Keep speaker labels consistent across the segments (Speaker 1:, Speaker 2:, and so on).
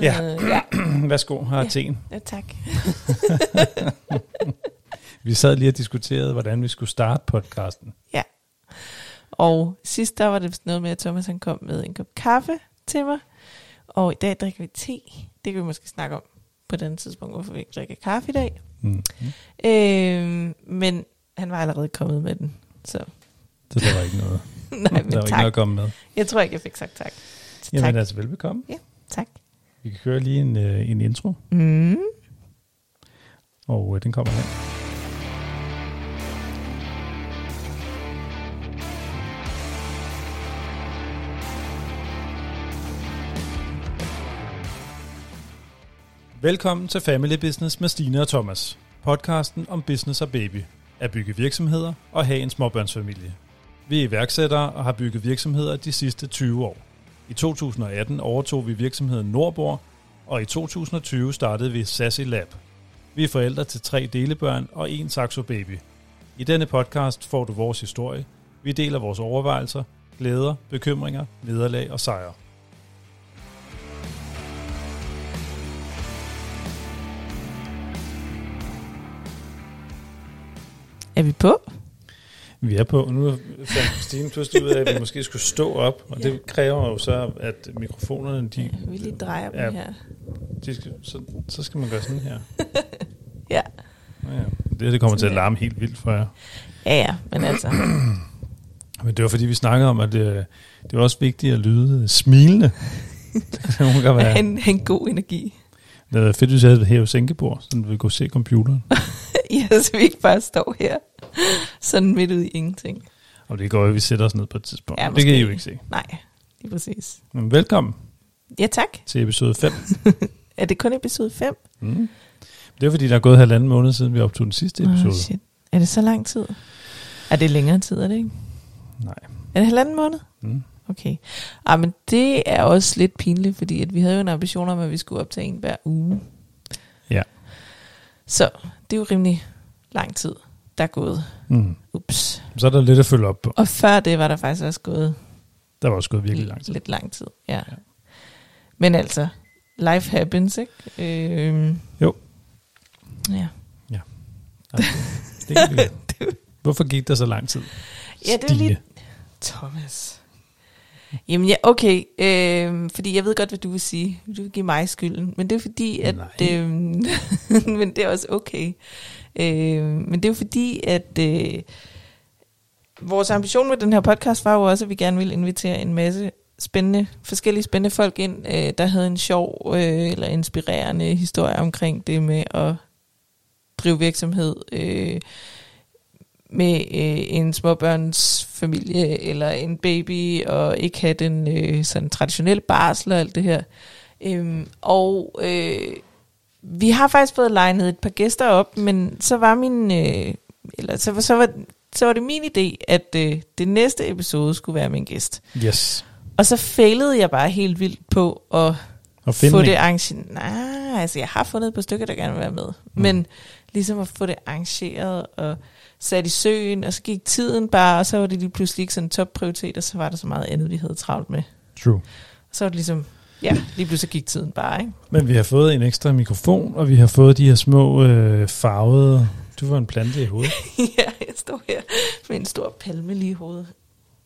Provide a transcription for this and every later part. Speaker 1: Ja.
Speaker 2: Øh, ja.
Speaker 1: Værsgo, her er teen.
Speaker 2: ja, tak.
Speaker 1: Vi sad lige og diskuterede, hvordan vi skulle starte podcasten.
Speaker 2: Og sidst der var det vist noget med, at Thomas han kom med en kop kaffe til mig. Og i dag drikker vi te. Det kan vi måske snakke om på den tidspunkt, hvorfor vi ikke drikker kaffe i dag.
Speaker 1: Mm.
Speaker 2: Øh, men han var allerede kommet med den. Så
Speaker 1: Så der var ikke noget,
Speaker 2: nej,
Speaker 1: der
Speaker 2: men
Speaker 1: var ikke noget at
Speaker 2: tak.
Speaker 1: komme med.
Speaker 2: Jeg tror ikke, jeg fik sagt tak. Så
Speaker 1: Jamen
Speaker 2: tak.
Speaker 1: altså, velbekomme.
Speaker 2: tak.
Speaker 1: Vi kan køre lige en, øh, en intro,
Speaker 2: Mm.
Speaker 1: og øh, den kommer her. Velkommen til Family Business med Stine og Thomas. Podcasten om business og baby. At bygge virksomheder og have en småbørnsfamilie. Vi er iværksættere og har bygget virksomheder de sidste 20 år. I 2018 overtog vi virksomheden Nordborg, og i 2020 startede vi Sassy Lab. Vi er forældre til tre delebørn og en Saxo Baby. I denne podcast får du vores historie. Vi deler vores overvejelser, glæder, bekymringer, nederlag og sejre.
Speaker 2: Er vi på?
Speaker 1: Vi er på. Nu fandt Stine pludselig ud af, at vi måske skulle stå op, og det kræver jo så, at mikrofonerne, de,
Speaker 2: Ja, vi lige drejer dem
Speaker 1: Ja.
Speaker 2: her.
Speaker 1: de skal, så, så skal man gøre sådan her.
Speaker 2: Ja.
Speaker 1: Nå Ja, det, her, det kommer til at larme helt vildt for jer.
Speaker 2: Ja, ja, men altså.
Speaker 1: Men det var fordi, vi snakkede om, at øh, det var også vigtigt at lyde smilende. det kan nogle gange være
Speaker 2: Han har en god energi.
Speaker 1: Det havde været fedt, hvis jeg havde et hæve sænkebord, så vi kunne se computeren.
Speaker 2: ja, så vi ikke bare står her. Sådan midt ud i ingenting.
Speaker 1: Og det går jo, at vi sætter os ned på et tidspunkt.
Speaker 2: Ja,
Speaker 1: Ja, det
Speaker 2: måske.
Speaker 1: kan I jo ikke se.
Speaker 2: Nej, lige præcis.
Speaker 1: Men velkommen
Speaker 2: Ja, tak.
Speaker 1: til episode 5.
Speaker 2: Er det kun episode 5?
Speaker 1: Mm. Det er fordi, der er gået halvanden måned siden, vi optog den sidste episode. Oh,
Speaker 2: shit. Er det så lang tid? Er det længere tid, er det ikke?
Speaker 1: Nej.
Speaker 2: Er det halvanden måned?
Speaker 1: Mm.
Speaker 2: Okay. Ah, men det er også lidt pinligt, fordi at vi havde jo en ambition om, at vi skulle optage en hver uge.
Speaker 1: Ja.
Speaker 2: Så det er jo rimelig lang tid, der er gået.
Speaker 1: Mm.
Speaker 2: Ups.
Speaker 1: Så er der lidt at følge op på.
Speaker 2: Og før det var der faktisk også gået
Speaker 1: Der var også gået virkelig lang tid.
Speaker 2: lidt lang tid. Ja.
Speaker 1: Ja.
Speaker 2: ja. Men altså, life happens, ikke? Øhm.
Speaker 1: Jo.
Speaker 2: Ja.
Speaker 1: Det kan vi. Hvorfor gik der så lang tid?
Speaker 2: Ja, det var lige- Thomas. Jamen ja, okay, øhm, fordi jeg ved godt, hvad du vil sige. Du vil give mig skylden, men det er fordi, at...
Speaker 1: Nej.
Speaker 2: Øhm, men det er også okay. Øhm, men det er jo fordi, at øh, vores ambition med den her podcast var jo også, at vi gerne ville invitere en masse spændende, forskellige spændende folk ind, øh, der havde en sjov øh, eller inspirerende historie omkring det med at drive virksomhed øh, med øh, en småbørnsfamilie eller en baby og ikke have den øh, sådan traditionelle barsel og alt det her. Øhm, og øh, vi har faktisk fået legnet et par gæster op, men så var min øh, eller så, var- så var så var det min idé, at øh, det næste episode skulle være min gæst.
Speaker 1: Yes.
Speaker 2: Og så failede jeg bare helt vildt på at
Speaker 1: Og
Speaker 2: Finding. få
Speaker 1: finde
Speaker 2: det
Speaker 1: det.
Speaker 2: arrangeret. Nej, altså jeg har fundet et par stykker, der gerne vil være med. Mm. Men ligesom at få det arrangeret og sat i søen, og så gik tiden bare, og så var det lige pludselig ikke sådan en topprioritet, og så var der så meget andet, vi havde travlt med.
Speaker 1: True.
Speaker 2: Så var det ligesom, ja, lige pludselig gik tiden bare, ikke?
Speaker 1: Men vi har fået en ekstra mikrofon, og vi har fået de her små øh, farvede... Du var en plante i hovedet.
Speaker 2: ja, jeg står her med en stor palme lige i hovedet.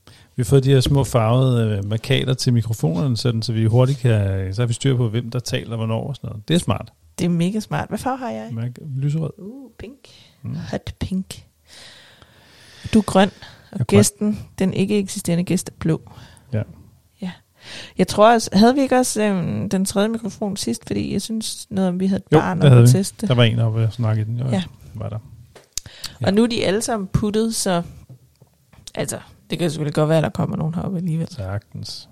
Speaker 1: Vi har fået de her små farvede øh, markader til mikrofonerne, sådan, så vi hurtigt kan, så har vi styr på, hvem der taler hvornår og sådan noget. Det er smart.
Speaker 2: Det er mega smart. Hvad farve har jeg?
Speaker 1: Mærk, lyserød.
Speaker 2: Uh, pink.
Speaker 1: Mm.
Speaker 2: Hot pink. Du er grøn, og
Speaker 1: Jeg er grøn.
Speaker 2: er gæsten, den ikke eksisterende gæst, er blå.
Speaker 1: Ja.
Speaker 2: ja. Jeg tror også, havde vi ikke også øhm, den tredje mikrofon sidst, fordi jeg synes noget om, vi havde et
Speaker 1: Jo,
Speaker 2: barn
Speaker 1: det havde
Speaker 2: og
Speaker 1: vi.
Speaker 2: teste.
Speaker 1: Der var en oppe og snakke i den. Jo, ja.
Speaker 2: Ja.
Speaker 1: Var der. ja.
Speaker 2: Og nu er de alle sammen puttet, så altså, det kan selvfølgelig godt være, at der kommer nogen heroppe alligevel.
Speaker 1: Sagtens.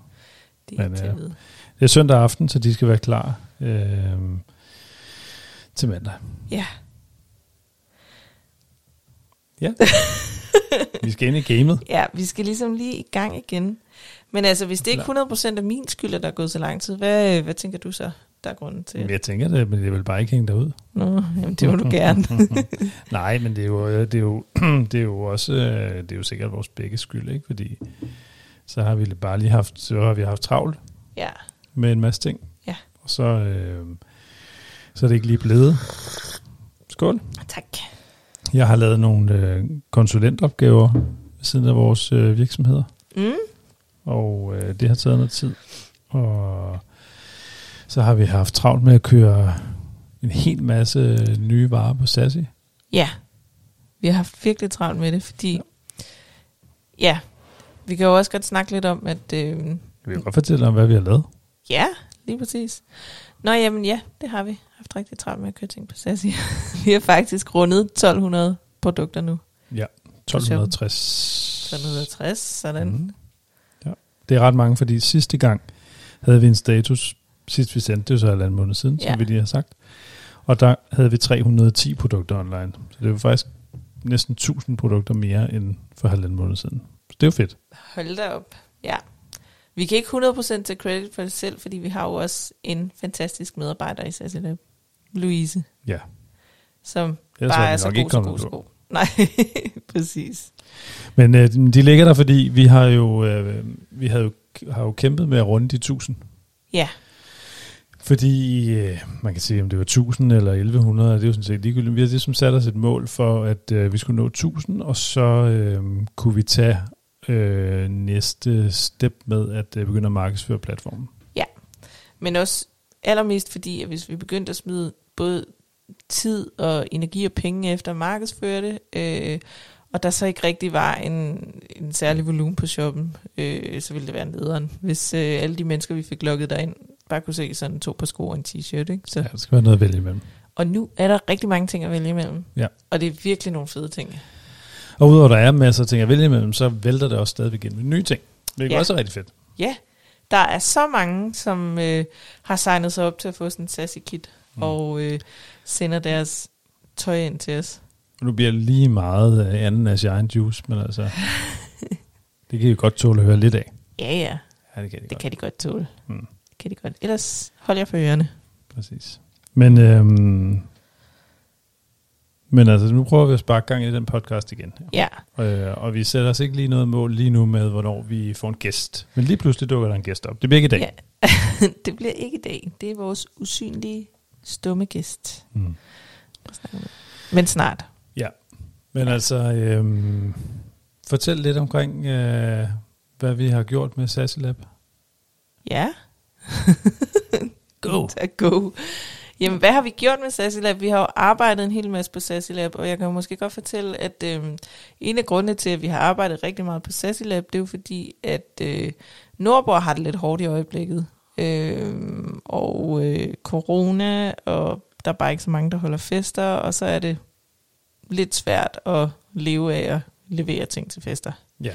Speaker 2: Det er
Speaker 1: Men,
Speaker 2: ikke til
Speaker 1: øh,
Speaker 2: at vide.
Speaker 1: Det er søndag aften, så de skal være klar øh, til mandag.
Speaker 2: Ja.
Speaker 1: Ja. vi skal ind i gamet.
Speaker 2: Ja, vi skal ligesom lige i gang igen. Men altså, hvis det ikke er 100% af min skyld, at der er gået så lang tid, hvad, hvad tænker du så, der er grunden til?
Speaker 1: Men
Speaker 2: at-
Speaker 1: jeg tænker det, men det vil bare ikke hænge derud.
Speaker 2: Nå, jamen, det må du gerne.
Speaker 1: Nej, men det er jo, øh, det er jo, det er jo også, øh, det er jo sikkert vores begge skyld, ikke? Fordi så har vi bare lige haft, så har vi haft travlt
Speaker 2: ja.
Speaker 1: med en masse ting.
Speaker 2: Ja.
Speaker 1: så, øh, så er det ikke lige blevet. Skål.
Speaker 2: Tak.
Speaker 1: Jeg har lavet nogle øh, konsulentopgaver ved siden af vores øh, virksomheder,
Speaker 2: Mm.
Speaker 1: og øh, det har taget noget tid. Og så har vi haft travlt med at køre en hel masse øh, nye varer på Sassi.
Speaker 2: Ja, vi har haft virkelig travlt med det, fordi... Ja, vi kan jo også godt snakke lidt om, at... Øh,
Speaker 1: Jeg vil godt fortælle om, hvad vi har lavet.
Speaker 2: ja, lige præcis. Nå, jamen ja, det har vi haft rigtig travlt med at køre ting på Sassi. vi har faktisk rundet 1200 produkter nu.
Speaker 1: 1260.
Speaker 2: 360, sådan.
Speaker 1: Mhm. Ja. Det er ret mange, fordi sidste gang havde vi en status, sidst vi sendte det jo så halvanden måned siden, ja.
Speaker 2: Ja.
Speaker 1: som vi lige har sagt. Og der havde vi 310 produkter online. Så det var faktisk næsten 1000 produkter mere end for halvanden måned siden. Så det er jo fedt.
Speaker 2: Hold da op. Ja. Vi kan ikke 100% tage credit for det selv, fordi vi har jo også en fantastisk medarbejder i Sassy Lab, Louise,
Speaker 1: Ja,
Speaker 2: som
Speaker 1: ellers
Speaker 2: bare
Speaker 1: var
Speaker 2: er
Speaker 1: vi
Speaker 2: så
Speaker 1: nok
Speaker 2: god,
Speaker 1: ikke
Speaker 2: så
Speaker 1: kommet
Speaker 2: god, så
Speaker 1: på.
Speaker 2: god. Nej, præcis.
Speaker 1: Men øh, de ligger der, fordi vi har jo, øh, vi havde jo, har jo kæmpet med at runde de 1000.
Speaker 2: Ja.
Speaker 1: Fordi øh, man kan sige, om det var 1000 eller 1100, det er jo sådan set ligegyldigt. Vi har ligesom sat os et mål for, at øh, vi skulle nå 1000, og så øh, kunne vi tage øh, næste step med at øh, begynde at markedsføre platformen.
Speaker 2: Men også allermest fordi, at hvis vi begyndte at smide både tid og energi og penge efter at markedsføre det, øh, og der så ikke rigtig var en, en særlig volumen på shoppen, øh, så ville det være nederen. Hvis øh, alle de mennesker, vi fik lukket derind, bare kunne se sådan to par sko og en t-shirt. Ikke? Så.
Speaker 1: Ja, der skal være noget at vælge imellem.
Speaker 2: Og nu er der rigtig mange ting at vælge imellem.
Speaker 1: Ja.
Speaker 2: Og det er virkelig nogle fede ting.
Speaker 1: Og udover der er masser af ting at vælge imellem, så vælter det også stadigvæk ind med nye ting. Hvilket ja.
Speaker 2: Ja.
Speaker 1: også er rigtig fedt.
Speaker 2: Ja, der er så mange, som øh, har signet sig op til at få sådan en sassy kit,
Speaker 1: Mm.
Speaker 2: mm. og øh, sender deres tøj ind til os.
Speaker 1: Nu bliver det lige meget øh, ananas i egen juice, men altså, det kan I godt tåle at høre lidt af.
Speaker 2: Ja, ja,
Speaker 1: Ja, det kan det,
Speaker 2: det kan de godt tåle.
Speaker 1: Mm.
Speaker 2: Det kan de godt. Ellers hold jer for ørerne.
Speaker 1: Præcis. Men, øhm, men altså, nu prøver vi at sparke gang i den podcast igen.
Speaker 2: Ja,
Speaker 1: Øh, og vi sætter os ikke lige noget mål lige nu med, hvornår vi får en gæst. Men lige pludselig dukker der en gæst op. Det bliver ikke i dag.
Speaker 2: Ja. det bliver ikke i dag. Det er vores usynlige stumme gæst.
Speaker 1: Mm.
Speaker 2: der snakker med. Men snart.
Speaker 1: Men altså, øhm, fortæl lidt omkring, øh, hvad vi har gjort med Sassilab.
Speaker 2: Ja.
Speaker 1: Go.
Speaker 2: Tak, go. Jamen, hvad har vi gjort med Sassy Lab? Vi har jo arbejdet en hel masse på Sassy Lab, og jeg kan jo måske godt fortælle, at øh, en af grundene til, at vi har arbejdet rigtig meget på Sassy Lab, det er jo fordi, at øh, Nordborg har det lidt hårdt i øjeblikket. Øh, og øh, corona, og der er bare ikke så mange, der holder fester, og så er det lidt svært at leve af at levere ting til fester.
Speaker 1: Ja.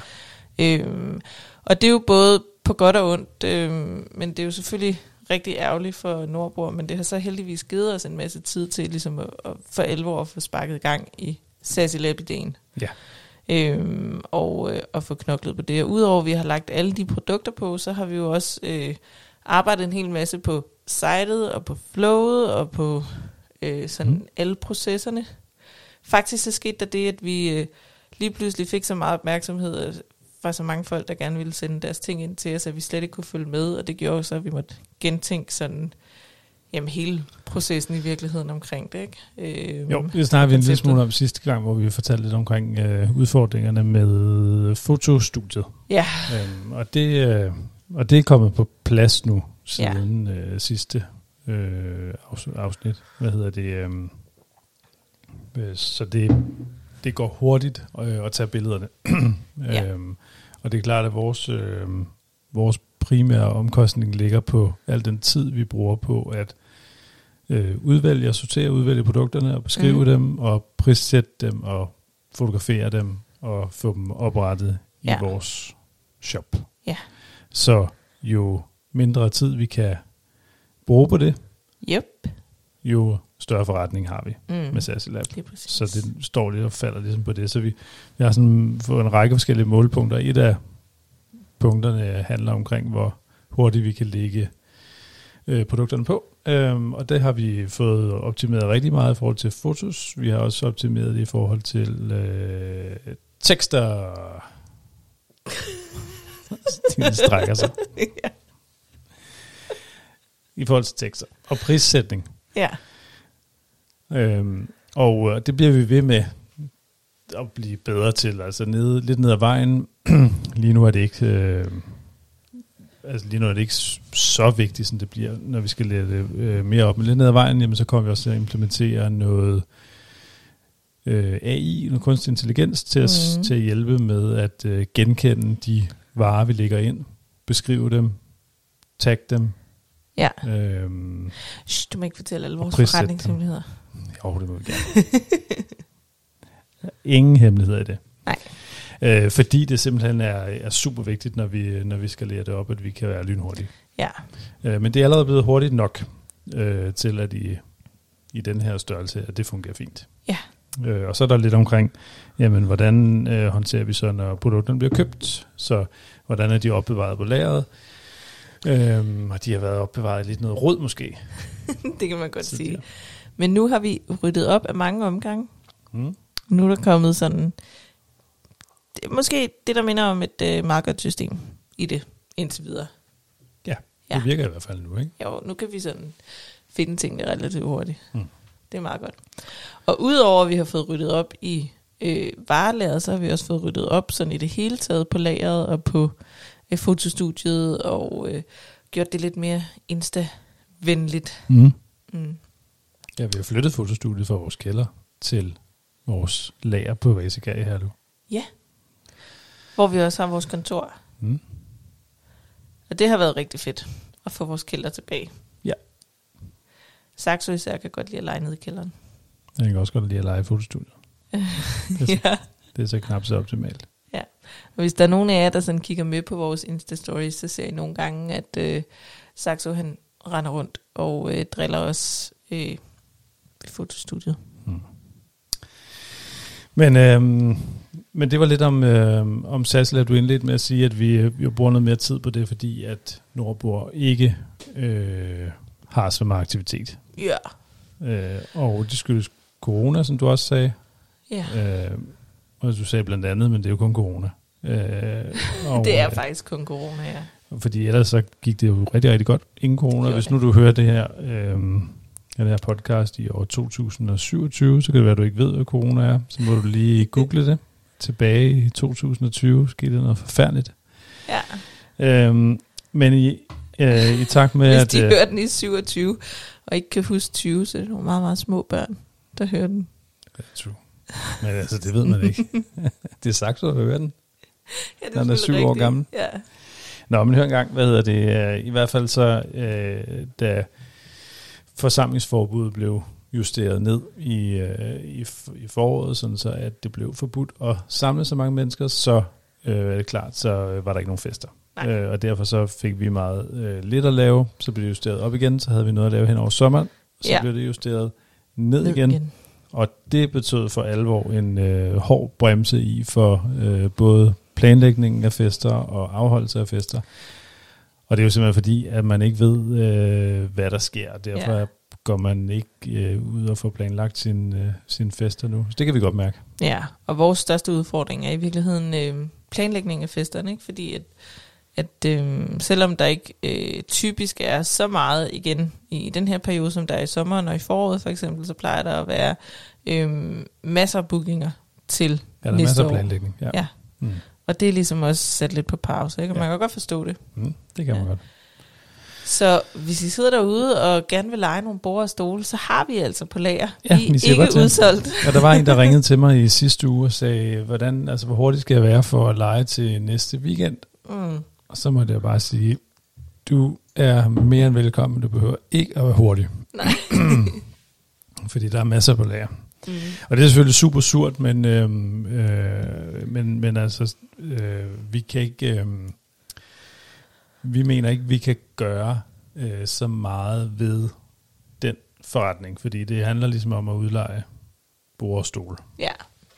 Speaker 2: Øhm, og det er jo både på godt og ondt, øhm, men det er jo selvfølgelig rigtig ærgerligt for Nordborg, men det har så heldigvis givet os en masse tid til ligesom at, at for alvor at få sparket gang i Sassy Lab-ideen.
Speaker 1: Ja.
Speaker 2: Øhm, og, øh, og få knoklet på det. Og udover at vi har lagt alle de produkter på, så har vi jo også øh, arbejdet en hel masse på sitet og på flowet og på øh, sådan
Speaker 1: Mm.
Speaker 2: mm. alle processerne. Faktisk så skete der det, at vi øh, lige pludselig fik så meget opmærksomhed øh, fra så mange folk, der gerne ville sende deres ting ind til os, at vi slet ikke kunne følge med, og det gjorde så, at vi måtte gentænke sådan, jamen hele processen i virkeligheden omkring det, ikke? Øh,
Speaker 1: Jo, det snakkede vi en lille
Speaker 2: konceptet.
Speaker 1: smule om sidste gang, hvor vi fortalte lidt omkring øh, udfordringerne med fotostudiet.
Speaker 2: Ja,
Speaker 1: Øhm, og, det, øh, og det er kommet på plads nu, siden ja. øh, sidste øh, afs- afsnit. Hvad hedder det? øhm, Øh, så det, det går hurtigt øh, at tage billederne.
Speaker 2: Ja.
Speaker 1: øhm, og det er klart, at vores, øh, vores primære omkostning ligger på al den tid, vi bruger på at øh, udvælge og sortere, udvælge produkterne og beskrive mm.
Speaker 2: Mhm.
Speaker 1: dem og prissætte dem og fotografere dem og få dem oprettet ja.
Speaker 2: Ja.
Speaker 1: i vores shop.
Speaker 2: Ja.
Speaker 1: Så jo mindre tid vi kan bruge på det,
Speaker 2: yep.
Speaker 1: jo større forretning har vi
Speaker 2: Mm.
Speaker 1: med Sassy Lab.
Speaker 2: Det er præcis.
Speaker 1: Så det står lidt og falder ligesom på det. Så vi, vi har sådan fået en række forskellige målpunkter. Et af punkterne handler omkring, hvor hurtigt vi kan lægge øh, produkterne på. Øhm, og det har vi fået optimeret rigtig meget i forhold til fotos. Vi har også optimeret det i forhold til øh, tekster. Stine strækker sig. i forhold til tekster og prissætning.
Speaker 2: Ja.
Speaker 1: Øhm, og øh, det bliver vi ved med at blive bedre til. Altså nede, lidt ned ad vejen. lige nu er det ikke... Øh, altså lige nu er det ikke s- så vigtigt, som det bliver, når vi skal lette øh, mere op. Men lidt ned ad vejen, jamen, så kommer vi også til at implementere noget øh, AI, noget kunstig intelligens, til, at,
Speaker 2: Mhm.
Speaker 1: mm. til at hjælpe med at øh, genkende de varer, vi lægger ind, beskrive dem, tag dem.
Speaker 2: Ja.
Speaker 1: Øh,
Speaker 2: Shh, du må ikke fortælle alle
Speaker 1: Og
Speaker 2: vores
Speaker 1: prissætte
Speaker 2: forretningsmuligheder.
Speaker 1: jo, det må vi gerne. Ingen hemmeligheder i det.
Speaker 2: Nej.
Speaker 1: Øh, fordi det simpelthen er, er super vigtigt, når vi, når vi skal lære det op, at vi kan være lynhurtige.
Speaker 2: Ja.
Speaker 1: Øh, men det er allerede blevet hurtigt nok øh, til, at i, i den her størrelse, at det fungerer fint.
Speaker 2: Ja.
Speaker 1: Øh, og så er der lidt omkring, jamen, hvordan øh, håndterer vi så, når produkterne bliver købt? Så hvordan er de opbevaret på lageret? Øhm, og de har været opbevaret i lidt noget rød måske.
Speaker 2: det kan man godt
Speaker 1: Så de
Speaker 2: sige.
Speaker 1: er-
Speaker 2: Men nu har vi ryddet op af mange omgange.
Speaker 1: Mm.
Speaker 2: Nu er der kommet sådan... Det, er måske det, der minder om et øh, markedsystem i det indtil videre.
Speaker 1: Ja,
Speaker 2: Ja.
Speaker 1: det virker i hvert fald nu, ikke?
Speaker 2: Jo, nu kan vi sådan finde tingene relativt hurtigt.
Speaker 1: Mm.
Speaker 2: Mm. Det er meget godt. Og udover at vi har fået ryddet op i øh, varelæret, så har vi også fået ryddet op sådan i det hele taget på lageret og på øh, fotostudiet og øh, gjort det lidt mere insta-venligt.
Speaker 1: Mm.
Speaker 2: Mm.
Speaker 1: Ja, vi har flyttet fotostudiet fra vores kælder til vores lager på Vasekær i Herlev.
Speaker 2: Hvor vi også har vores kontor.
Speaker 1: Mm.
Speaker 2: Og det har været rigtig fedt at få vores kælder tilbage.
Speaker 1: Ja.
Speaker 2: Saxo især kan godt lide at lege ned i kælderen.
Speaker 1: Jeg kan også godt lide at lege i fotostudiet. Det er, så,
Speaker 2: ja.
Speaker 1: det er så knap så optimalt.
Speaker 2: Og Hvis der er nogen af jer, der sådan kigger med på vores Insta-stories, så ser I nogle gange, at øh, Saxo han render rundt og øh, driller os øh, i fotostudiet.
Speaker 1: Men, øhm, men det var lidt om, øhm, om Sassel, at du indledte med at sige, at vi, øh, jo bruger noget mere tid på det, fordi at Nordbor ikke øh, har så meget aktivitet.
Speaker 2: Ja.
Speaker 1: Øh, og det skyldes corona, som du også sagde.
Speaker 2: ja.
Speaker 1: Øh, og du sagde blandt andet, men det er jo kun corona. Øh, og,
Speaker 2: Det er
Speaker 1: øh,
Speaker 2: faktisk kun corona, ja.
Speaker 1: Fordi ellers så gik det jo rigtig, rigtig godt inden corona.
Speaker 2: Det
Speaker 1: Hvis nu
Speaker 2: gjorde
Speaker 1: du hører det her, øh, den her podcast i år 2027, så kan det være, at du ikke ved, hvad corona er. Så må du lige google det. Tilbage i 2020 skete der noget forfærdeligt.
Speaker 2: ja.
Speaker 1: Øh, men i, øh, i takt med,
Speaker 2: Hvis de
Speaker 1: at... øh,
Speaker 2: hører den i 27 og ikke kan huske 20, så er det nogle meget, meget små børn, der hører den.
Speaker 1: True. Men altså, det ved man ikke. det er sagt, at høre den.
Speaker 2: Ja, det
Speaker 1: Han er syv
Speaker 2: selvfølgelig
Speaker 1: år
Speaker 2: rigtigt.
Speaker 1: gammel.
Speaker 2: Ja.
Speaker 1: Nå, men hør engang, hvad hedder det? øh, I hvert fald så, øh, da forsamlingsforbuddet blev justeret ned i, øh, i, f- i foråret, sådan så at det blev forbudt at samle så mange mennesker, så øh, er det klart, så øh, var der ikke nogen fester.
Speaker 2: Nej.
Speaker 1: Øh, og derfor så fik vi meget øh, lidt at lave, så blev det justeret op igen, så havde vi noget at lave hen over sommeren, så
Speaker 2: Ja.
Speaker 1: blev det justeret ned igen, og det betød for alvor en øh, hård bremse i for øh, både planlægningen af fester og afholdelse af fester. Og det er jo simpelthen fordi, at man ikke ved, øh, hvad der sker. og Derfor
Speaker 2: Ja.
Speaker 1: ja. går man ikke øh, ud og får planlagt sin, øh, sine fester nu. Så det kan vi godt mærke.
Speaker 2: Ja, og vores største udfordring er i virkeligheden øh, planlægning af festerne, ikke? fordi at, at øh, selvom der ikke øh, typisk er så meget igen i den her periode, som der er i sommeren og i foråret for eksempel, så plejer der at være øh, masser af bookinger til,
Speaker 1: Ja, der er
Speaker 2: Næste
Speaker 1: masser af
Speaker 2: år.
Speaker 1: planlægning. Ja.
Speaker 2: Ja.
Speaker 1: Mm.
Speaker 2: og det er ligesom også sat lidt på pause, ikke? og
Speaker 1: Ja.
Speaker 2: man kan godt forstå det.
Speaker 1: Mm, det kan man
Speaker 2: Ja.
Speaker 1: godt.
Speaker 2: Så hvis I sidder derude og gerne vil lege nogle bord og stole, så har vi altså på lager.
Speaker 1: Ja,
Speaker 2: I
Speaker 1: vi siger
Speaker 2: ikke
Speaker 1: godt til.
Speaker 2: udsolgt.
Speaker 1: Ja, der var en, der ringede til mig i sidste uge og sagde, hvordan, altså, hvor hurtigt skal jeg være for at lege til næste weekend?
Speaker 2: Mm.
Speaker 1: Og så måtte jeg bare sige, du er mere end velkommen, du behøver ikke at være hurtig.
Speaker 2: Nej.
Speaker 1: Fordi der er masser på lager.
Speaker 2: Mm.
Speaker 1: Og det er selvfølgelig super surt, men, øhm, øh, men, men altså, øh, vi kan ikke, øh, vi mener ikke, vi kan gøre øh, så meget ved den forretning, fordi det handler ligesom om at udleje bord og stol.
Speaker 2: Ja,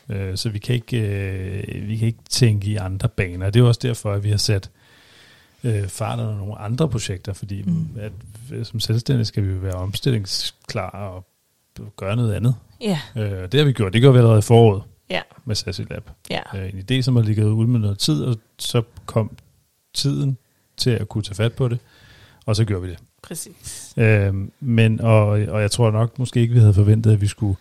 Speaker 1: Øh, så vi kan, ikke, øh, vi kan ikke tænke i andre baner. Det er jo også derfor, at vi har sat øh, fart under nogle andre projekter, fordi
Speaker 2: Mm.
Speaker 1: mm. at, øh, som selvstændige skal vi jo være omstillingsklar og gøre noget andet.
Speaker 2: ja,
Speaker 1: Øh, og det har vi gjort. Det gjorde vi allerede i foråret
Speaker 2: Ja.
Speaker 1: med Sassy Lab.
Speaker 2: ja.
Speaker 1: Øh, en idé, som har ligget ude med noget tid, og så kom tiden til at kunne tage fat på det, og så gjorde vi det.
Speaker 2: Præcis.
Speaker 1: Øhm, men, og, og jeg tror nok måske ikke, vi havde forventet, at vi skulle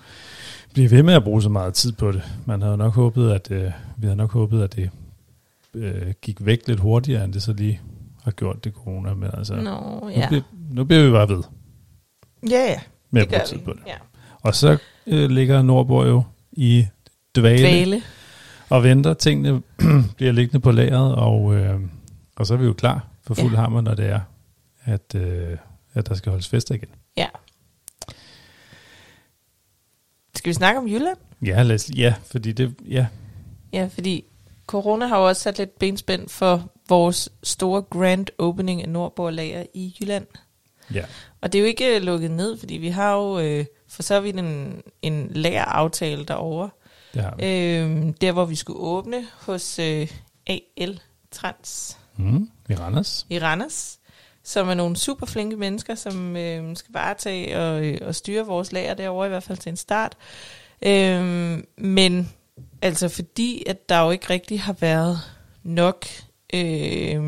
Speaker 1: blive ved med at bruge så meget tid på det. Man havde nok håbet, at, øh, vi havde nok håbet, at det øh, gik væk lidt hurtigere, end det så lige har gjort det corona. Men altså,
Speaker 2: Så.
Speaker 1: nu,
Speaker 2: Nå, ja.
Speaker 1: bliver, nu bliver vi bare ved
Speaker 2: Ja, ja.
Speaker 1: med
Speaker 2: det
Speaker 1: at bruge
Speaker 2: gør
Speaker 1: tid
Speaker 2: vi.
Speaker 1: på det.
Speaker 2: Ja.
Speaker 1: Og så øh, ligger Nordborg jo i dvale, dvale
Speaker 2: Dvale.
Speaker 1: og venter. Tingene bliver liggende på lageret, og, øh, og så er vi jo klar for fuld ja.
Speaker 2: Ja.
Speaker 1: hammer, når det er, at, øh, at der skal holdes fester igen.
Speaker 2: Ja. Skal vi snakke om Jylland?
Speaker 1: Ja, lad os, ja fordi det... Ja,
Speaker 2: Ja, fordi corona har jo også sat lidt benspænd for vores store grand opening af Nordborg Lager i Jylland.
Speaker 1: ja.
Speaker 2: Og det er jo ikke øh, lukket ned, fordi vi har jo øh, for så vidt en, en lageraftale derovre.
Speaker 1: Det har vi.
Speaker 2: Øh, der, hvor vi skulle åbne hos øh, AL Trans
Speaker 1: Mm, I Randers.
Speaker 2: i Randers, som er nogle super flinke mennesker, som øh, skal varetage og, øh, og styre vores lager derovre, i hvert fald til en start. Øh, men altså fordi, at der jo ikke rigtig har været nok øh,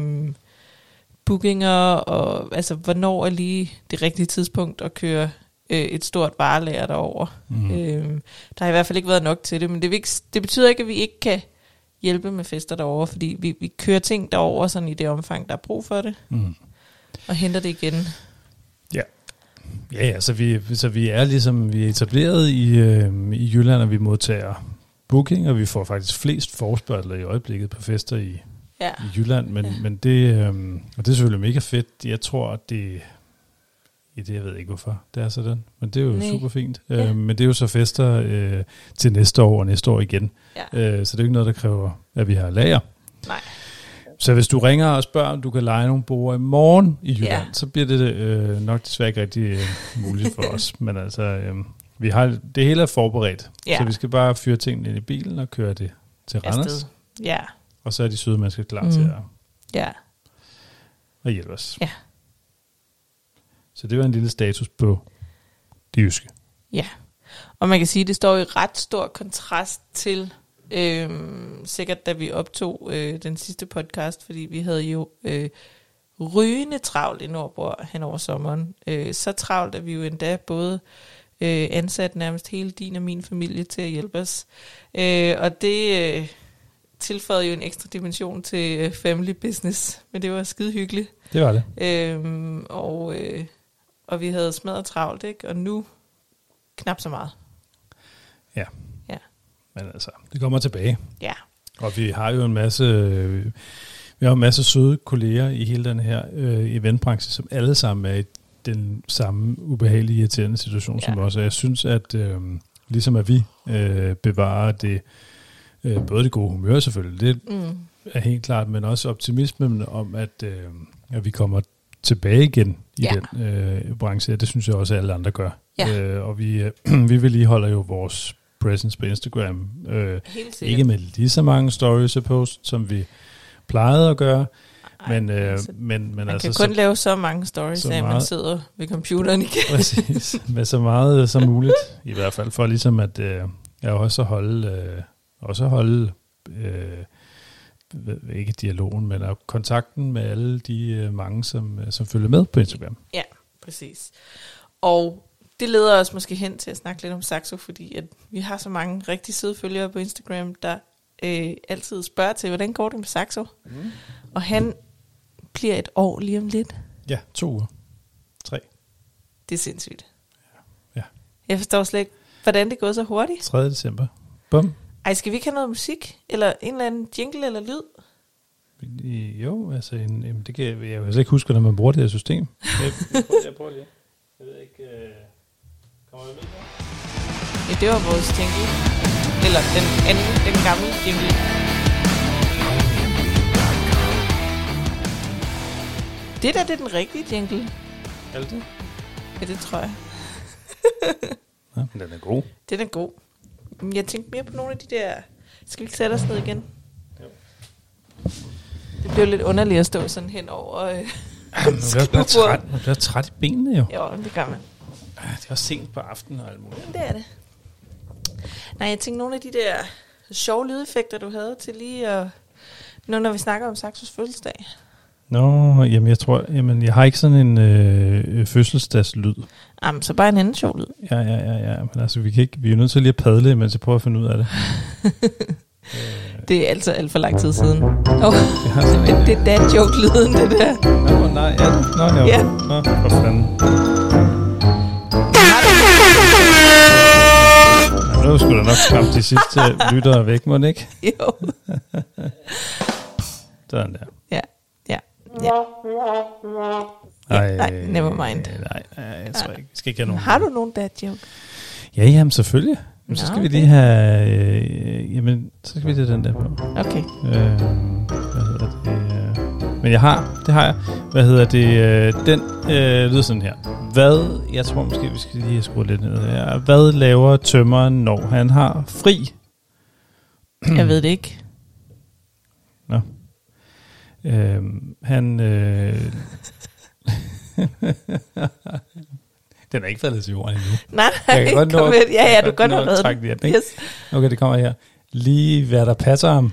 Speaker 2: bookinger, og altså hvornår er lige det rigtige tidspunkt at køre øh, et stort varelager derover.
Speaker 1: Mm. Øh.
Speaker 2: Øhm, der har i hvert fald ikke været nok til det, men det, vil ikke, det betyder ikke, at vi ikke kan hjælpe med fester derovre, fordi vi, vi kører ting derover sådan i det omfang, der er brug for det,
Speaker 1: Mm.
Speaker 2: og henter det igen.
Speaker 1: Ja, ja, så vi, så vi er ligesom vi er etableret i, øh, i Jylland, og vi modtager booking, og vi får faktisk flest forspørgseler i øjeblikket på fester i,
Speaker 2: Ja,
Speaker 1: i Jylland, men, ja. men det, øhm, og det er selvfølgelig mega fedt. Jeg tror, at det... Ja, det jeg ved ikke, hvorfor det er sådan, men det er jo
Speaker 2: Nej.
Speaker 1: super fint.
Speaker 2: Ja.
Speaker 1: Ja. Øh, men det er jo så fester øh, til næste år og næste år igen,
Speaker 2: ja.
Speaker 1: øh, så det er jo ikke noget, der kræver, at vi har lager.
Speaker 2: Nej.
Speaker 1: Så hvis du ringer og spørger, om du kan lege nogle boer i morgen i Jylland,
Speaker 2: Ja.
Speaker 1: ja. så bliver det øh, nok desværre ikke rigtig øh, muligt for os. Men altså, øh, vi har, det hele er forberedt,
Speaker 2: Ja.
Speaker 1: så vi skal bare fyre tingene ind i bilen og køre det til Randers.
Speaker 2: Afsted. Ja,
Speaker 1: Og så er de sydmennesker klar
Speaker 2: Mm.
Speaker 1: mm. til at
Speaker 2: ja.
Speaker 1: og hjælpe os.
Speaker 2: Ja.
Speaker 1: Så det var en lille status på det jyske.
Speaker 2: Og man kan sige, at det står i ret stor kontrast til, øhm, sikkert da vi optog øh, den sidste podcast, fordi vi havde jo øh, rygende travlt i Nordborg hen over sommeren. Øh, så travlt, at vi jo endda både øh, ansat nærmest hele din og min familie til at hjælpe os. Øh, og det øh, tilføjede jo en ekstra dimension til øh, family business, men det var skide hyggeligt.
Speaker 1: Det var det.
Speaker 2: Øhm, og, øh, og vi havde smadret travlt, ikke? og nu knap så meget.
Speaker 1: Ja.
Speaker 2: Ja.
Speaker 1: Men altså, det kommer tilbage.
Speaker 2: Ja.
Speaker 1: Og vi har jo en masse, øh, vi har en masse søde kolleger i hele den her øh, eventbranche, som alle sammen er i den samme ubehagelige, irriterende situation ja. som
Speaker 2: Ja.
Speaker 1: os. Og jeg synes, at øh, ligesom at vi øh, bevarer det, øh, både det gode humør selvfølgelig, det
Speaker 2: Mm.
Speaker 1: er helt klart, men også optimismen om, at, øh, at vi kommer tilbage igen i
Speaker 2: Ja.
Speaker 1: ja. den øh, branche. og Det synes jeg også, at alle andre gør.
Speaker 2: Ja.
Speaker 1: Øh, og vi, øh, vi vedligeholder jo vores presence på Instagram. Øh,
Speaker 2: Helt sikkert.
Speaker 1: ikke med lige så mange stories og posts, som vi plejede at gøre,
Speaker 2: Ej,
Speaker 1: men, øh,
Speaker 2: altså,
Speaker 1: men, men
Speaker 2: man
Speaker 1: altså
Speaker 2: kan
Speaker 1: så
Speaker 2: kun så, lave så mange stories,
Speaker 1: så
Speaker 2: så af, at man
Speaker 1: meget-
Speaker 2: sidder ved computeren igen.
Speaker 1: præcis, med så meget øh, som muligt, i hvert fald for ligesom at øh, ja, også at holde, øh, også at holde øh, ved- ikke dialogen, men at kontakten med alle de øh, mange, som, øh, som følger med på Instagram.
Speaker 2: Ja, præcis. Og det leder os måske hen til at snakke lidt om Saxo, fordi at vi har så mange rigtig søde følgere på Instagram, der øh, altid spørger til, hvordan går det med Saxo? Mm. Og han bliver et år lige om lidt.
Speaker 1: Ja, to uger. Tre.
Speaker 2: Det er sindssygt.
Speaker 1: Ja.
Speaker 2: Jeg forstår slet ikke, hvordan det går så hurtigt.
Speaker 1: 3. december. Bum.
Speaker 2: Ej, skal vi ikke have noget musik? Eller en eller anden jingle eller lyd?
Speaker 1: Jo, altså, en, jamen, det kan, jeg kan altså ikke huske, hvordan man bruger det her system. Jeg, jeg, prøver, jeg prøver lige. Jeg ved ikke, øh, kommer det med?
Speaker 2: Ja, det var vores jingle. Eller den anden, den gamle jingle. Det der, det er den rigtige jingle.
Speaker 1: Er det det?
Speaker 2: Ja, det tror jeg.
Speaker 1: Ja, den er god.
Speaker 2: Den er god. Men Jeg tænkte mere på nogle af de der... Skal vi ikke sætte os ned igen?
Speaker 1: Jo.
Speaker 2: Det blev lidt underligt at stå sådan hen over... Øh.
Speaker 1: Man bliver, bare træt, man bliver træt i benene jo.
Speaker 2: Jo, men det gør man.
Speaker 1: Det er også sent på aftenen og alt muligt.
Speaker 2: Det er det. Nej, jeg tænkte nogle af de der sjove lydeffekter, du havde til lige at... Nu når vi snakker om Saxos fødselsdag.
Speaker 1: Nå, jamen jeg tror, jamen jeg har ikke sådan en øh, fødselsdagslyd.
Speaker 2: Jamen, så bare en anden sjov lyd.
Speaker 1: Ja, ja, ja, ja. Men altså, vi, kan ikke, vi er jo nødt til lige at padle, mens jeg prøver at finde ud af det. øh,
Speaker 2: Det er altså alt for lang tid siden. Åh, oh,
Speaker 1: jeg har sådan en...
Speaker 2: det er dad joke lyden det der.
Speaker 1: Nå, nej, ja. Nå, ja.
Speaker 2: Ja.
Speaker 1: Nå, for fanden. Ja, nu skulle da nok skræmme de sidste øh, lyttere væk, må det ikke?
Speaker 2: Jo.
Speaker 1: Sådan der.
Speaker 2: Ja, ja, ja.
Speaker 1: Ej,
Speaker 2: nej, never mind.
Speaker 1: Nej, nej, jeg tror ikke. Vi skal ikke have nogen.
Speaker 2: Har du nogen dad joke?
Speaker 1: Ja, jamen selvfølgelig. Jamen, så
Speaker 2: Nå,
Speaker 1: skal vi
Speaker 2: okay.
Speaker 1: lige have... Øh, jamen, så skal vi lige have den der på.
Speaker 2: Okay.
Speaker 1: Øh, hvad hedder det? øh, Men jeg har, det har jeg. Hvad hedder det? øh, Den øh, lyder sådan her. Hvad, jeg tror måske, vi skal lige have skruet lidt ned her. Hvad laver tømmeren, når han har fri?
Speaker 2: Jeg ved det ikke.
Speaker 1: Øh, han... Øh, den er ikke faldet til jorden endnu.
Speaker 2: Nej, nej.
Speaker 1: Jeg kan godt nå
Speaker 2: kom
Speaker 1: at-
Speaker 2: med. Ja,
Speaker 1: jeg
Speaker 2: ja,
Speaker 1: kan
Speaker 2: du
Speaker 1: godt
Speaker 2: kan godt
Speaker 1: nå
Speaker 2: have
Speaker 1: at
Speaker 2: reddet
Speaker 1: trække
Speaker 2: den.
Speaker 1: lidt, ikke?
Speaker 2: Yes.
Speaker 1: Okay, det kommer her. Lige hvad der passer ham.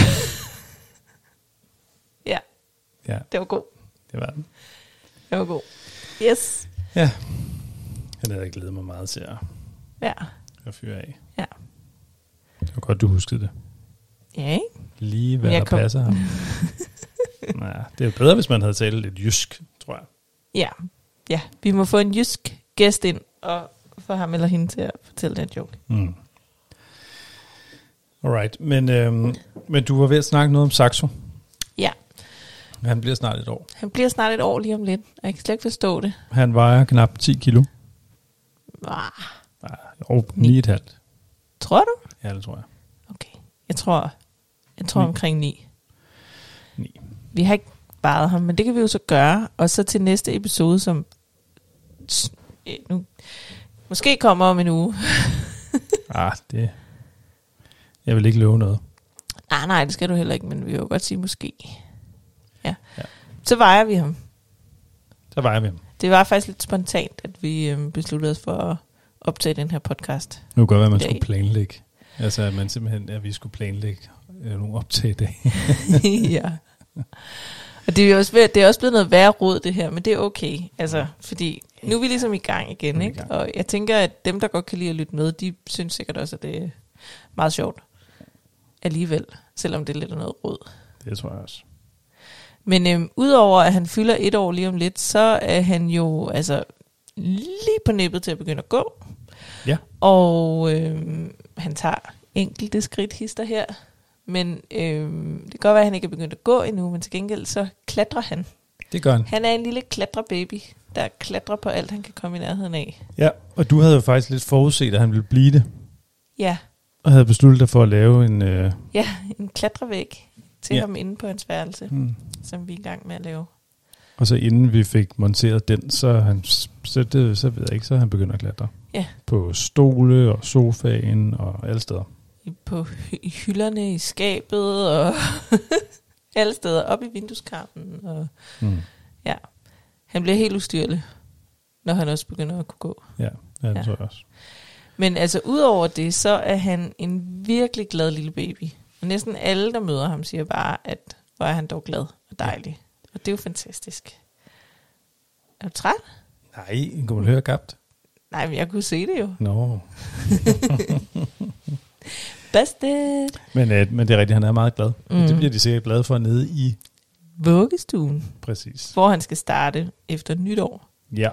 Speaker 2: Ja,
Speaker 1: Ja,
Speaker 2: det var god.
Speaker 1: det var den.
Speaker 2: Det var god. Yes.
Speaker 1: Ja. Han havde jeg glædet mig meget til at,
Speaker 2: Ja.
Speaker 1: at fyre af.
Speaker 2: Ja.
Speaker 1: Det var godt, du huskede det.
Speaker 2: Ja, ikke?
Speaker 1: Lige hvad
Speaker 2: Men jeg
Speaker 1: der
Speaker 2: kom-
Speaker 1: passer ham. Nej, det er jo bedre, hvis man havde talt lidt jysk, tror jeg.
Speaker 2: Ja. Ja, vi må få en jysk gæst ind og få ham eller hende til at fortælle den joke.
Speaker 1: Mm. Alright, men, øhm, men du var ved at snakke noget om Saxo.
Speaker 2: Ja,
Speaker 1: Han bliver snart et år.
Speaker 2: han bliver snart et år lige om lidt, og jeg kan slet ikke forstå det.
Speaker 1: Han vejer knap 10 kilo.
Speaker 2: Ah,
Speaker 1: Nej, jo, 9,5.
Speaker 2: tror du?
Speaker 1: Ja, det tror jeg.
Speaker 2: Okay. Jeg tror, jeg tror
Speaker 1: Ni.
Speaker 2: omkring 9.
Speaker 1: Ni.
Speaker 2: Vi har ikke varet ham, men det kan vi jo så gøre. Og så til næste episode, som s- øh, nu, måske kommer om en uge.
Speaker 1: Ah, det... Jeg vil ikke love noget.
Speaker 2: Nej, nej, det skal du heller ikke, men vi vil jo godt sige måske. Ja.
Speaker 1: Ja.
Speaker 2: ja. Så vejer vi ham.
Speaker 1: Så vejer vi ham.
Speaker 2: Det var faktisk lidt spontant, at vi øhm, besluttede os for at optage den her podcast.
Speaker 1: Nu kan godt være, at man
Speaker 2: Dag.
Speaker 1: skulle planlægge. Altså, at man simpelthen, at vi skulle planlægge øh, nogle optag i dag.
Speaker 2: ja. Og det er, jo også, ved- det er også blevet noget værre råd, det her, men det er okay. Altså, fordi nu er vi ligesom i gang
Speaker 1: Nu
Speaker 2: igen,
Speaker 1: er vi i
Speaker 2: ikke?
Speaker 1: gang.
Speaker 2: Og jeg tænker, at dem, der godt kan lide at lytte med, de synes sikkert også, at det er meget sjovt alligevel, selvom det er lidt af noget råd.
Speaker 1: Det tror jeg også.
Speaker 2: Men øhm, udover at han fylder et år lige om lidt, så er han jo altså lige på nippet til at begynde at gå.
Speaker 1: Ja.
Speaker 2: Og øhm, han tager enkelte skridt hister her. Men øhm, det kan godt være, at han ikke er begyndt at gå endnu, men til gengæld så klatrer han.
Speaker 1: Det gør han.
Speaker 2: Han er en lille klatrebaby, der klatrer på alt, han kan komme i nærheden af.
Speaker 1: Ja, og du havde jo faktisk lidt forudset, at han ville blive det,
Speaker 2: Ja,
Speaker 1: og havde besluttet dig for at lave en... Øh,
Speaker 2: ja en klatrevæg til ja.
Speaker 1: Ja.
Speaker 2: ham inde på hans værelse,
Speaker 1: hmm.
Speaker 2: som vi er i gang med at lave.
Speaker 1: Og så inden vi fik monteret den, så, er han, så, det, så ved jeg ikke, så er han begynder at klatre.
Speaker 2: Ja.
Speaker 1: På stole og sofaen og alle steder.
Speaker 2: I- På hy- i hylderne, i skabet og alle steder. Op i vindueskarmen. Og
Speaker 1: Mm.
Speaker 2: han bliver helt ustyrlig, når han også begynder at kunne gå.
Speaker 1: Ja, det
Speaker 2: Ja.
Speaker 1: tror jeg også.
Speaker 2: Men altså, udover det, så er han en virkelig glad lille baby. Og næsten alle, der møder ham, siger bare, at hvor er han dog glad og dejlig. Og det er jo fantastisk. Er du træt?
Speaker 1: Nej, kunne man høre gabt?
Speaker 2: Nej, men jeg kunne se det jo.
Speaker 1: Nå.
Speaker 2: Busted!
Speaker 1: Men, øh, men det er rigtigt, han er meget glad. Mm.
Speaker 2: Mm.
Speaker 1: Det bliver de sikkert glade for nede i.
Speaker 2: Vuggestuen,
Speaker 1: Præcis.
Speaker 2: hvor han skal starte efter nytår.
Speaker 1: Ja.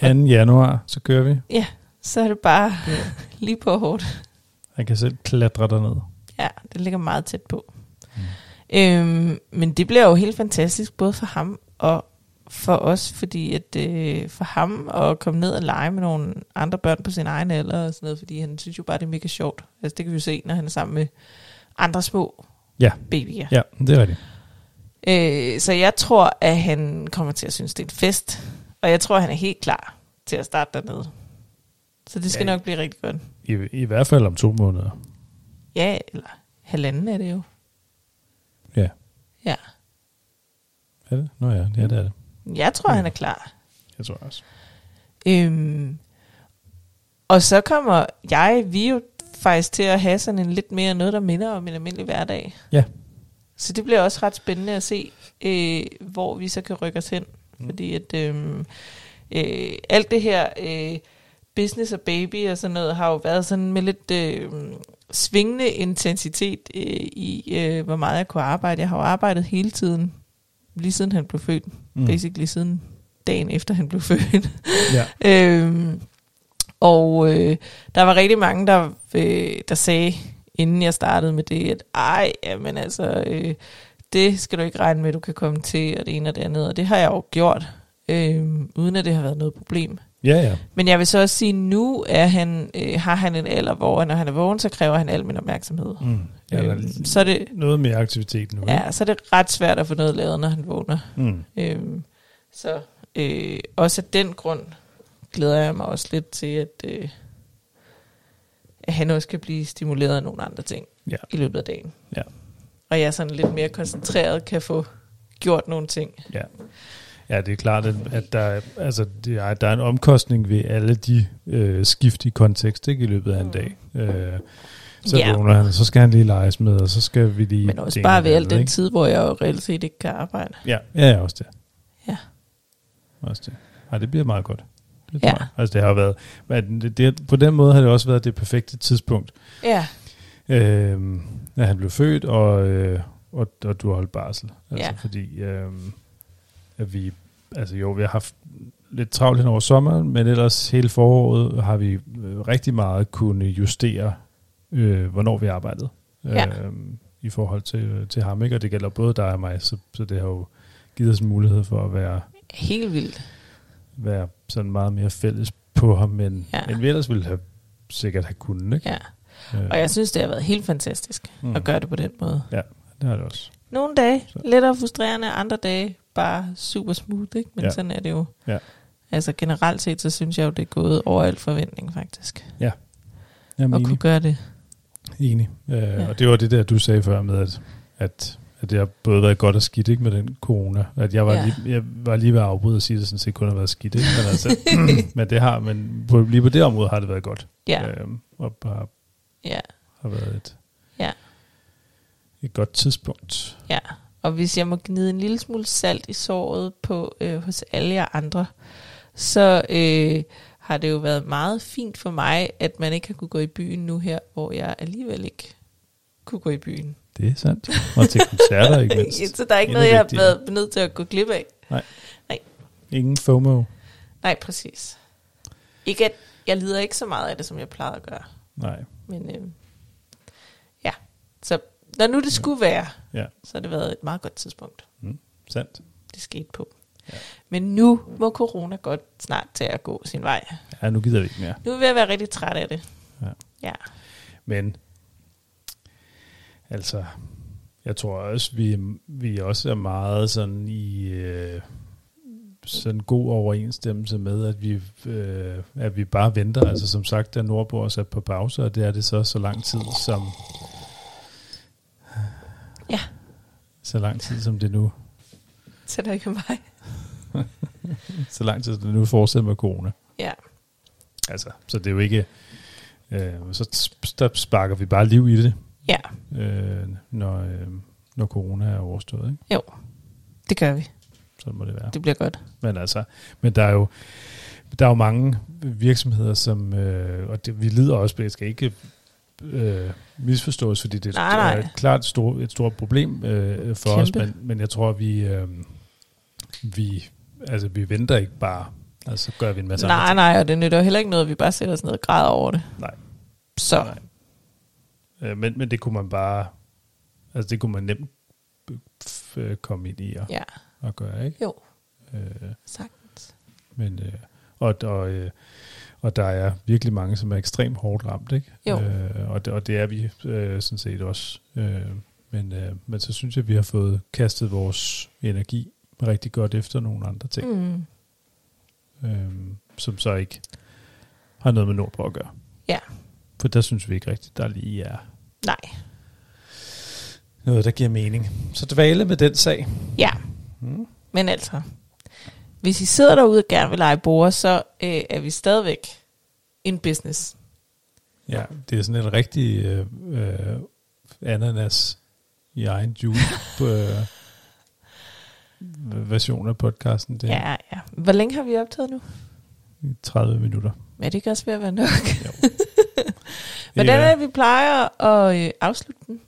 Speaker 1: 2. januar, så kører vi.
Speaker 2: Ja, så er det bare lige på hårdt.
Speaker 1: Han kan selv klatre derned.
Speaker 2: Ja, det ligger meget tæt på. Mm. Øhm, men det bliver jo helt fantastisk, både for ham og for os, fordi at øh, for ham at komme ned og lege med nogle andre børn på sin egen alder og sådan noget, fordi han synes jo bare, det er mega sjovt. Altså det kan vi jo se, når han er sammen med andre små
Speaker 1: Ja.
Speaker 2: babyer.
Speaker 1: Ja, det er rigtigt.
Speaker 2: Øh, så jeg tror, at han kommer til at synes, det er en fest, og jeg tror, at han er helt klar til at starte dernede. Så det skal
Speaker 1: Ja.
Speaker 2: nok blive rigtig godt.
Speaker 1: I, I hvert fald om to måneder.
Speaker 2: Ja, eller halvanden er det jo.
Speaker 1: Ja.
Speaker 2: Ja.
Speaker 1: Er det? Nå ja, ja det er det.
Speaker 2: Jeg
Speaker 1: Mm.
Speaker 2: tror, han er klar.
Speaker 1: Jeg tror også.
Speaker 2: Øhm, og så kommer jeg, vi er jo faktisk til at have sådan en lidt mere noget, der minder om en almindelig hverdag.
Speaker 1: Ja.
Speaker 2: Så det bliver også ret spændende at se, øh, hvor vi så kan rykke os hen. Mm. Fordi at øh, øh, alt det her øh, business og baby og sådan noget har jo været sådan med lidt øh, svingende intensitet øh, i, øh, hvor meget jeg kunne arbejde. Jeg har jo arbejdet hele tiden, lige siden han blev født. Mm. Basically siden dagen efter han blev født.
Speaker 1: Ja.
Speaker 2: Øhm, og øh, der var rigtig mange, der, øh, der sagde, inden jeg startede med det, at ej, jamen altså, øh, det skal du ikke regne med, du kan komme til, og det ene og det andet. Og det har jeg jo gjort, øh, uden at det har været noget problem.
Speaker 1: Ja, ja.
Speaker 2: Men jeg vil så også sige, at nu er han, øh, har han en alder, hvor når han er vågen, så kræver han al min opmærksomhed.
Speaker 1: Mm. ja der
Speaker 2: Øhm,
Speaker 1: er
Speaker 2: så, er det,
Speaker 1: noget mere aktivitet nu. ikke?
Speaker 2: ja, så er det ret svært at få noget lavet, når han vågner.
Speaker 1: Mm.
Speaker 2: Øhm, så øh, også af den grund glæder jeg mig også lidt til, at, øh, at han også kan blive stimuleret af nogle andre ting
Speaker 1: Ja.
Speaker 2: i løbet af dagen.
Speaker 1: Ja.
Speaker 2: Og jeg sådan lidt mere koncentreret kan få gjort nogle ting.
Speaker 1: Ja. ja, det er klart, at, at der, er- altså, det er, der er en omkostning ved alle de øh, skift i kontekst ikke, i løbet af en dag. Øh, så
Speaker 2: Mm. Ja.
Speaker 1: ja. vågner han, og så skal han lige leges med, og så skal vi lige...
Speaker 2: Men også
Speaker 1: det ene
Speaker 2: bare
Speaker 1: og det
Speaker 2: ved al
Speaker 1: andet,
Speaker 2: den
Speaker 1: ikke?
Speaker 2: tid, hvor jeg jo reelt set ikke kan arbejde.
Speaker 1: Ja, ja, ja også det.
Speaker 2: Ja.
Speaker 1: Også det. Ej, det bliver meget godt. Det
Speaker 2: Ja.
Speaker 1: tror jeg. Altså, det har været... Men det, det, på den måde har det også været det perfekte tidspunkt,
Speaker 2: Ja,
Speaker 1: øh, at han blev født, og, øh, og, og du har holdt barsel. Altså,
Speaker 2: Ja.
Speaker 1: Fordi øh, at vi... Altså jo, vi har haft lidt travlt hen over sommeren, men ellers hele foråret har vi øh, rigtig meget kunne justere, øh, hvornår vi arbejdede.
Speaker 2: Ja.
Speaker 1: Øh, i forhold til, øh, til ham, ikke? og det gælder både dig og mig, så, så det har jo givet os en mulighed for at være
Speaker 2: helt vildt.
Speaker 1: være sådan meget mere fælles på ham, end,
Speaker 2: Ja.
Speaker 1: ja. end vi ellers ville have sikkert have kunnet. Ikke?
Speaker 2: Ja.
Speaker 1: Øh,
Speaker 2: Og jeg synes, det har været helt fantastisk mm.
Speaker 1: Mm.
Speaker 2: at gøre det på den måde.
Speaker 1: Det har det også.
Speaker 2: Nogle dage
Speaker 1: Så.
Speaker 2: lettere frustrerende, andre dage bare super smooth, ikke? Men ja.
Speaker 1: Ja.
Speaker 2: sådan er det jo.
Speaker 1: Ja.
Speaker 2: Altså generelt set, så synes jeg jo, det er gået over al forventning faktisk.
Speaker 1: Jamen,
Speaker 2: At
Speaker 1: enig.
Speaker 2: kunne gøre det.
Speaker 1: enig. Øh,
Speaker 2: Ja.
Speaker 1: ja. Og det var det der, du sagde før med, at, at, at det har både været godt og skidt ikke, med den corona. At jeg var,
Speaker 2: Ja.
Speaker 1: ja. lige, jeg var lige ved at afbryde og sige, at det sådan set kun har været skidt. Ikke? Men, altså, men, det har, men på, lige på det område har det været godt.
Speaker 2: Ja, ja.
Speaker 1: Øh, og har,
Speaker 2: ja,
Speaker 1: har været et,
Speaker 2: Ja.
Speaker 1: et godt tidspunkt.
Speaker 2: ja. Og hvis jeg må gnide en lille smule salt i såret på øh, hos alle jer andre, så øh, har det jo været meget fint for mig, at man ikke har kunne gå i byen nu her, hvor jeg alligevel ikke kunne gå i byen.
Speaker 1: Det er sandt. Og til koncerter, ikke mindst.
Speaker 2: så der er ikke
Speaker 1: Endnu
Speaker 2: noget, jeg har
Speaker 1: vigtigere.
Speaker 2: været nødt til at gå glip af.
Speaker 1: Ingen FOMO.
Speaker 2: Nej, præcis. Ikke at jeg lider ikke så meget af det, som jeg plejede at gøre.
Speaker 1: Nej.
Speaker 2: Men øh, ja, så når nu det skulle være,
Speaker 1: Ja.
Speaker 2: så har det været et meget godt tidspunkt,
Speaker 1: Sandt.
Speaker 2: det skete på. Ja.
Speaker 1: Ja.
Speaker 2: Men nu må corona godt snart til at gå sin vej.
Speaker 1: Ja, nu gider vi ikke mere.
Speaker 2: Nu er jeg være rigtig træt af det.
Speaker 1: Ja.
Speaker 2: ja.
Speaker 1: Men altså, jeg tror også, vi, vi også er meget sådan i øh, sådan god overensstemmelse med, at vi, øh, at vi bare venter. Altså som sagt, der Nordborg er sat på pause, og det er det så så lang tid, som
Speaker 2: Ja.
Speaker 1: så lang tid, som det nu,
Speaker 2: Så der ikke mig.
Speaker 1: så lang tid, som det nu fortsætter med corona.
Speaker 2: Ja,
Speaker 1: Altså, så det er jo ikke, øh, så sp- der sparker vi bare liv i det,
Speaker 2: ja,
Speaker 1: øh, når, øh, når corona er overstået. Ikke?
Speaker 2: det gør vi.
Speaker 1: Sådan må det være.
Speaker 2: Det bliver godt.
Speaker 1: Men, altså, men der er jo der er jo mange virksomheder, som, øh, og det, vi lider også, det skal ikke øh, misforstås, fordi det,
Speaker 2: Nej, nej.
Speaker 1: det er klart stor, et stort problem øh, for
Speaker 2: Kæmpe.
Speaker 1: os, men, men jeg tror, vi, øh, vi, altså, vi venter ikke bare, altså så gør vi en masse andre
Speaker 2: nej, nej, og det nytter jo heller ikke noget, at vi bare sætter os ned og græder over det.
Speaker 1: Nej.
Speaker 2: Så,
Speaker 1: Nej. Øh, men, men det kunne man bare, altså det kunne man nemt f- øh, komme ind i og,
Speaker 2: ja,
Speaker 1: og gøre, ikke?
Speaker 2: jo,
Speaker 1: Øh,
Speaker 2: sagtens.
Speaker 1: men, øh, og, og, øh, og der er virkelig mange, som er ekstremt hårdt ramt, ikke?
Speaker 2: Jo.
Speaker 1: Øh, og, det, og det er vi øh, sådan set også. Øh, men, øh, men så synes jeg, vi har fået kastet vores energi rigtig godt efter nogle andre ting,
Speaker 2: Mm.
Speaker 1: mm. øh, som så ikke har noget med Nordbrug at gøre.
Speaker 2: Ja.
Speaker 1: For der synes vi ikke rigtigt, der lige er
Speaker 2: Nej,
Speaker 1: noget, der giver mening. Så dvæle med den sag.
Speaker 2: ja.
Speaker 1: Mm.
Speaker 2: Men altså, hvis I sidder derude og gerne vil lege borer, så øh, er vi stadigvæk en business.
Speaker 1: Ja, det er sådan en rigtig øh, øh, ananas i egen juleversion af podcasten. Det er
Speaker 2: Ja, ja. Hvor længe har vi optaget nu?
Speaker 1: ja. 30 minutter.
Speaker 2: Ja, det kan også være at være nok.
Speaker 1: Jo.
Speaker 2: Hvordan
Speaker 1: Ja.
Speaker 2: er det, vi plejer at øh, afslutte den?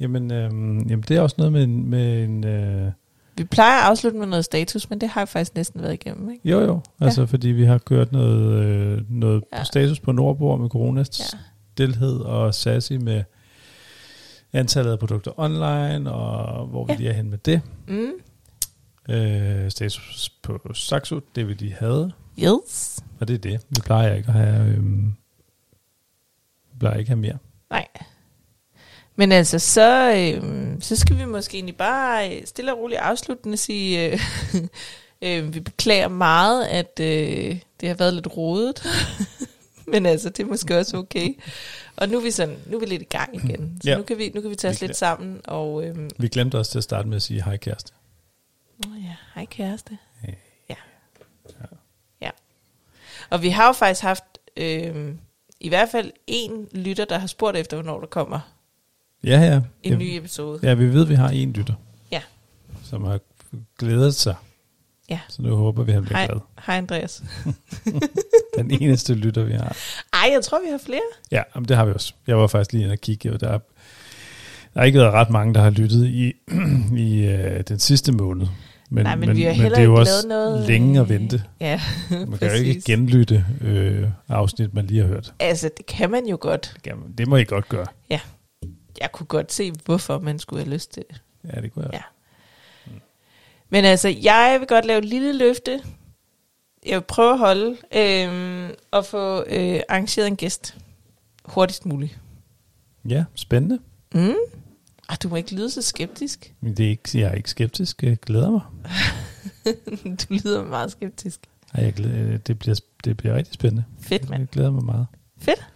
Speaker 1: Jamen, øhm, jamen, det er også noget med en... Med en øh,
Speaker 2: Vi plejer at afslutte med noget status, men det har jeg faktisk næsten været igennem, ikke?
Speaker 1: jo, jo. Altså, ja. fordi vi har kørt noget, øh, noget ja.
Speaker 2: Ja.
Speaker 1: status på Nordborg med coronas
Speaker 2: Ja.
Speaker 1: stilhed og sassy med antallet af produkter online, og hvor vi ja.
Speaker 2: Ja.
Speaker 1: lige er hen med det.
Speaker 2: Mm.
Speaker 1: Øh, status på Saxo, det vi lige havde,
Speaker 2: Yes.
Speaker 1: og det er det. Vi plejer ikke at have... Øhm, vi plejer ikke at have mere.
Speaker 2: Men altså, så, øh, så skal vi måske egentlig bare øh, stille og roligt afsluttende sige, øh, øh, vi beklager meget, at øh, det har været lidt rodet. men altså, det er måske også okay. Og nu er vi, sådan, nu er vi lidt i gang igen. Så
Speaker 1: Ja.
Speaker 2: nu, kan vi, nu kan vi tage os
Speaker 1: Vi-
Speaker 2: lidt sammen. Og øh,
Speaker 1: Vi glemte også til at starte med at sige hej kæreste.
Speaker 2: ja, hej kæreste.
Speaker 1: Hey.
Speaker 2: Ja. ja. Og vi har jo faktisk haft øh, i hvert fald en lytter, der har spurgt efter, hvornår der kommer
Speaker 1: Ja, ja.
Speaker 2: en
Speaker 1: ja,
Speaker 2: ny episode.
Speaker 1: ja, vi ved, at vi har en lytter,
Speaker 2: Ja.
Speaker 1: som har glædet sig.
Speaker 2: Ja.
Speaker 1: Så nu håber vi, at han bliver
Speaker 2: Hej,
Speaker 1: glad.
Speaker 2: hej Andreas.
Speaker 1: Den eneste lytter, vi har.
Speaker 2: Ej, jeg tror, vi har flere.
Speaker 1: Ja, jamen, det har vi også. Jeg var faktisk lige inde og kigge, og der, er, der har ikke været ret mange, der har lyttet i, i øh, den sidste måned. Men,
Speaker 2: Nej, men
Speaker 1: men,
Speaker 2: vi har
Speaker 1: men
Speaker 2: heller
Speaker 1: det er jo
Speaker 2: ikke
Speaker 1: også
Speaker 2: lavet noget,
Speaker 1: længe at
Speaker 2: øh,
Speaker 1: vente.
Speaker 2: Ja,
Speaker 1: Man kan jo
Speaker 2: præcis.
Speaker 1: ikke genlytte øh, afsnit, man lige har hørt.
Speaker 2: Altså, det kan man jo godt.
Speaker 1: Jamen, det må I godt gøre.
Speaker 2: Jeg kunne godt se, hvorfor man skulle have lyst til det.
Speaker 1: Ja, det kunne jeg.
Speaker 2: Ja. Men altså, jeg vil godt lave et lille løfte. Jeg vil prøve at holde øhm, og få øh, arrangeret en gæst hurtigst muligt.
Speaker 1: ja spændende.
Speaker 2: Mm. Ah, du må ikke lyde så skeptisk.
Speaker 1: Men det er ikke, jeg er ikke skeptisk. Jeg glæder mig.
Speaker 2: du lyder meget skeptisk.
Speaker 1: Ej, jeg glæder, det, bliver, det bliver rigtig spændende.
Speaker 2: Fedt, mand.
Speaker 1: Jeg glæder mig meget.
Speaker 2: Fedt.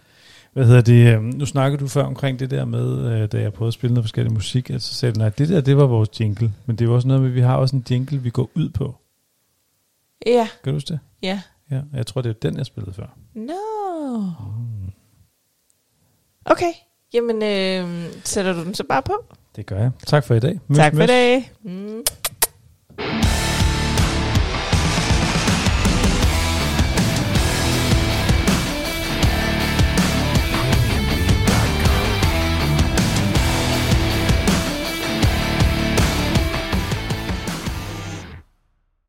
Speaker 1: Hvad hedder det? øhm, Nu snakkede du før omkring det der med, øh, da jeg prøvede at spille noget forskellig musik, at så sagde du, nej, det der, det var vores jingle. Men det er jo også noget med, at vi har også en jingle, vi går ud på.
Speaker 2: Ja,
Speaker 1: Kan du huske det?
Speaker 2: ja.
Speaker 1: Ja, og jeg tror, det er den, jeg spillede før.
Speaker 2: No. Okay. Jamen, øh, sætter du den så bare på?
Speaker 1: Det gør jeg. Tak for i dag. Møs,
Speaker 2: Tak for i
Speaker 1: møs.
Speaker 2: dag. Mm.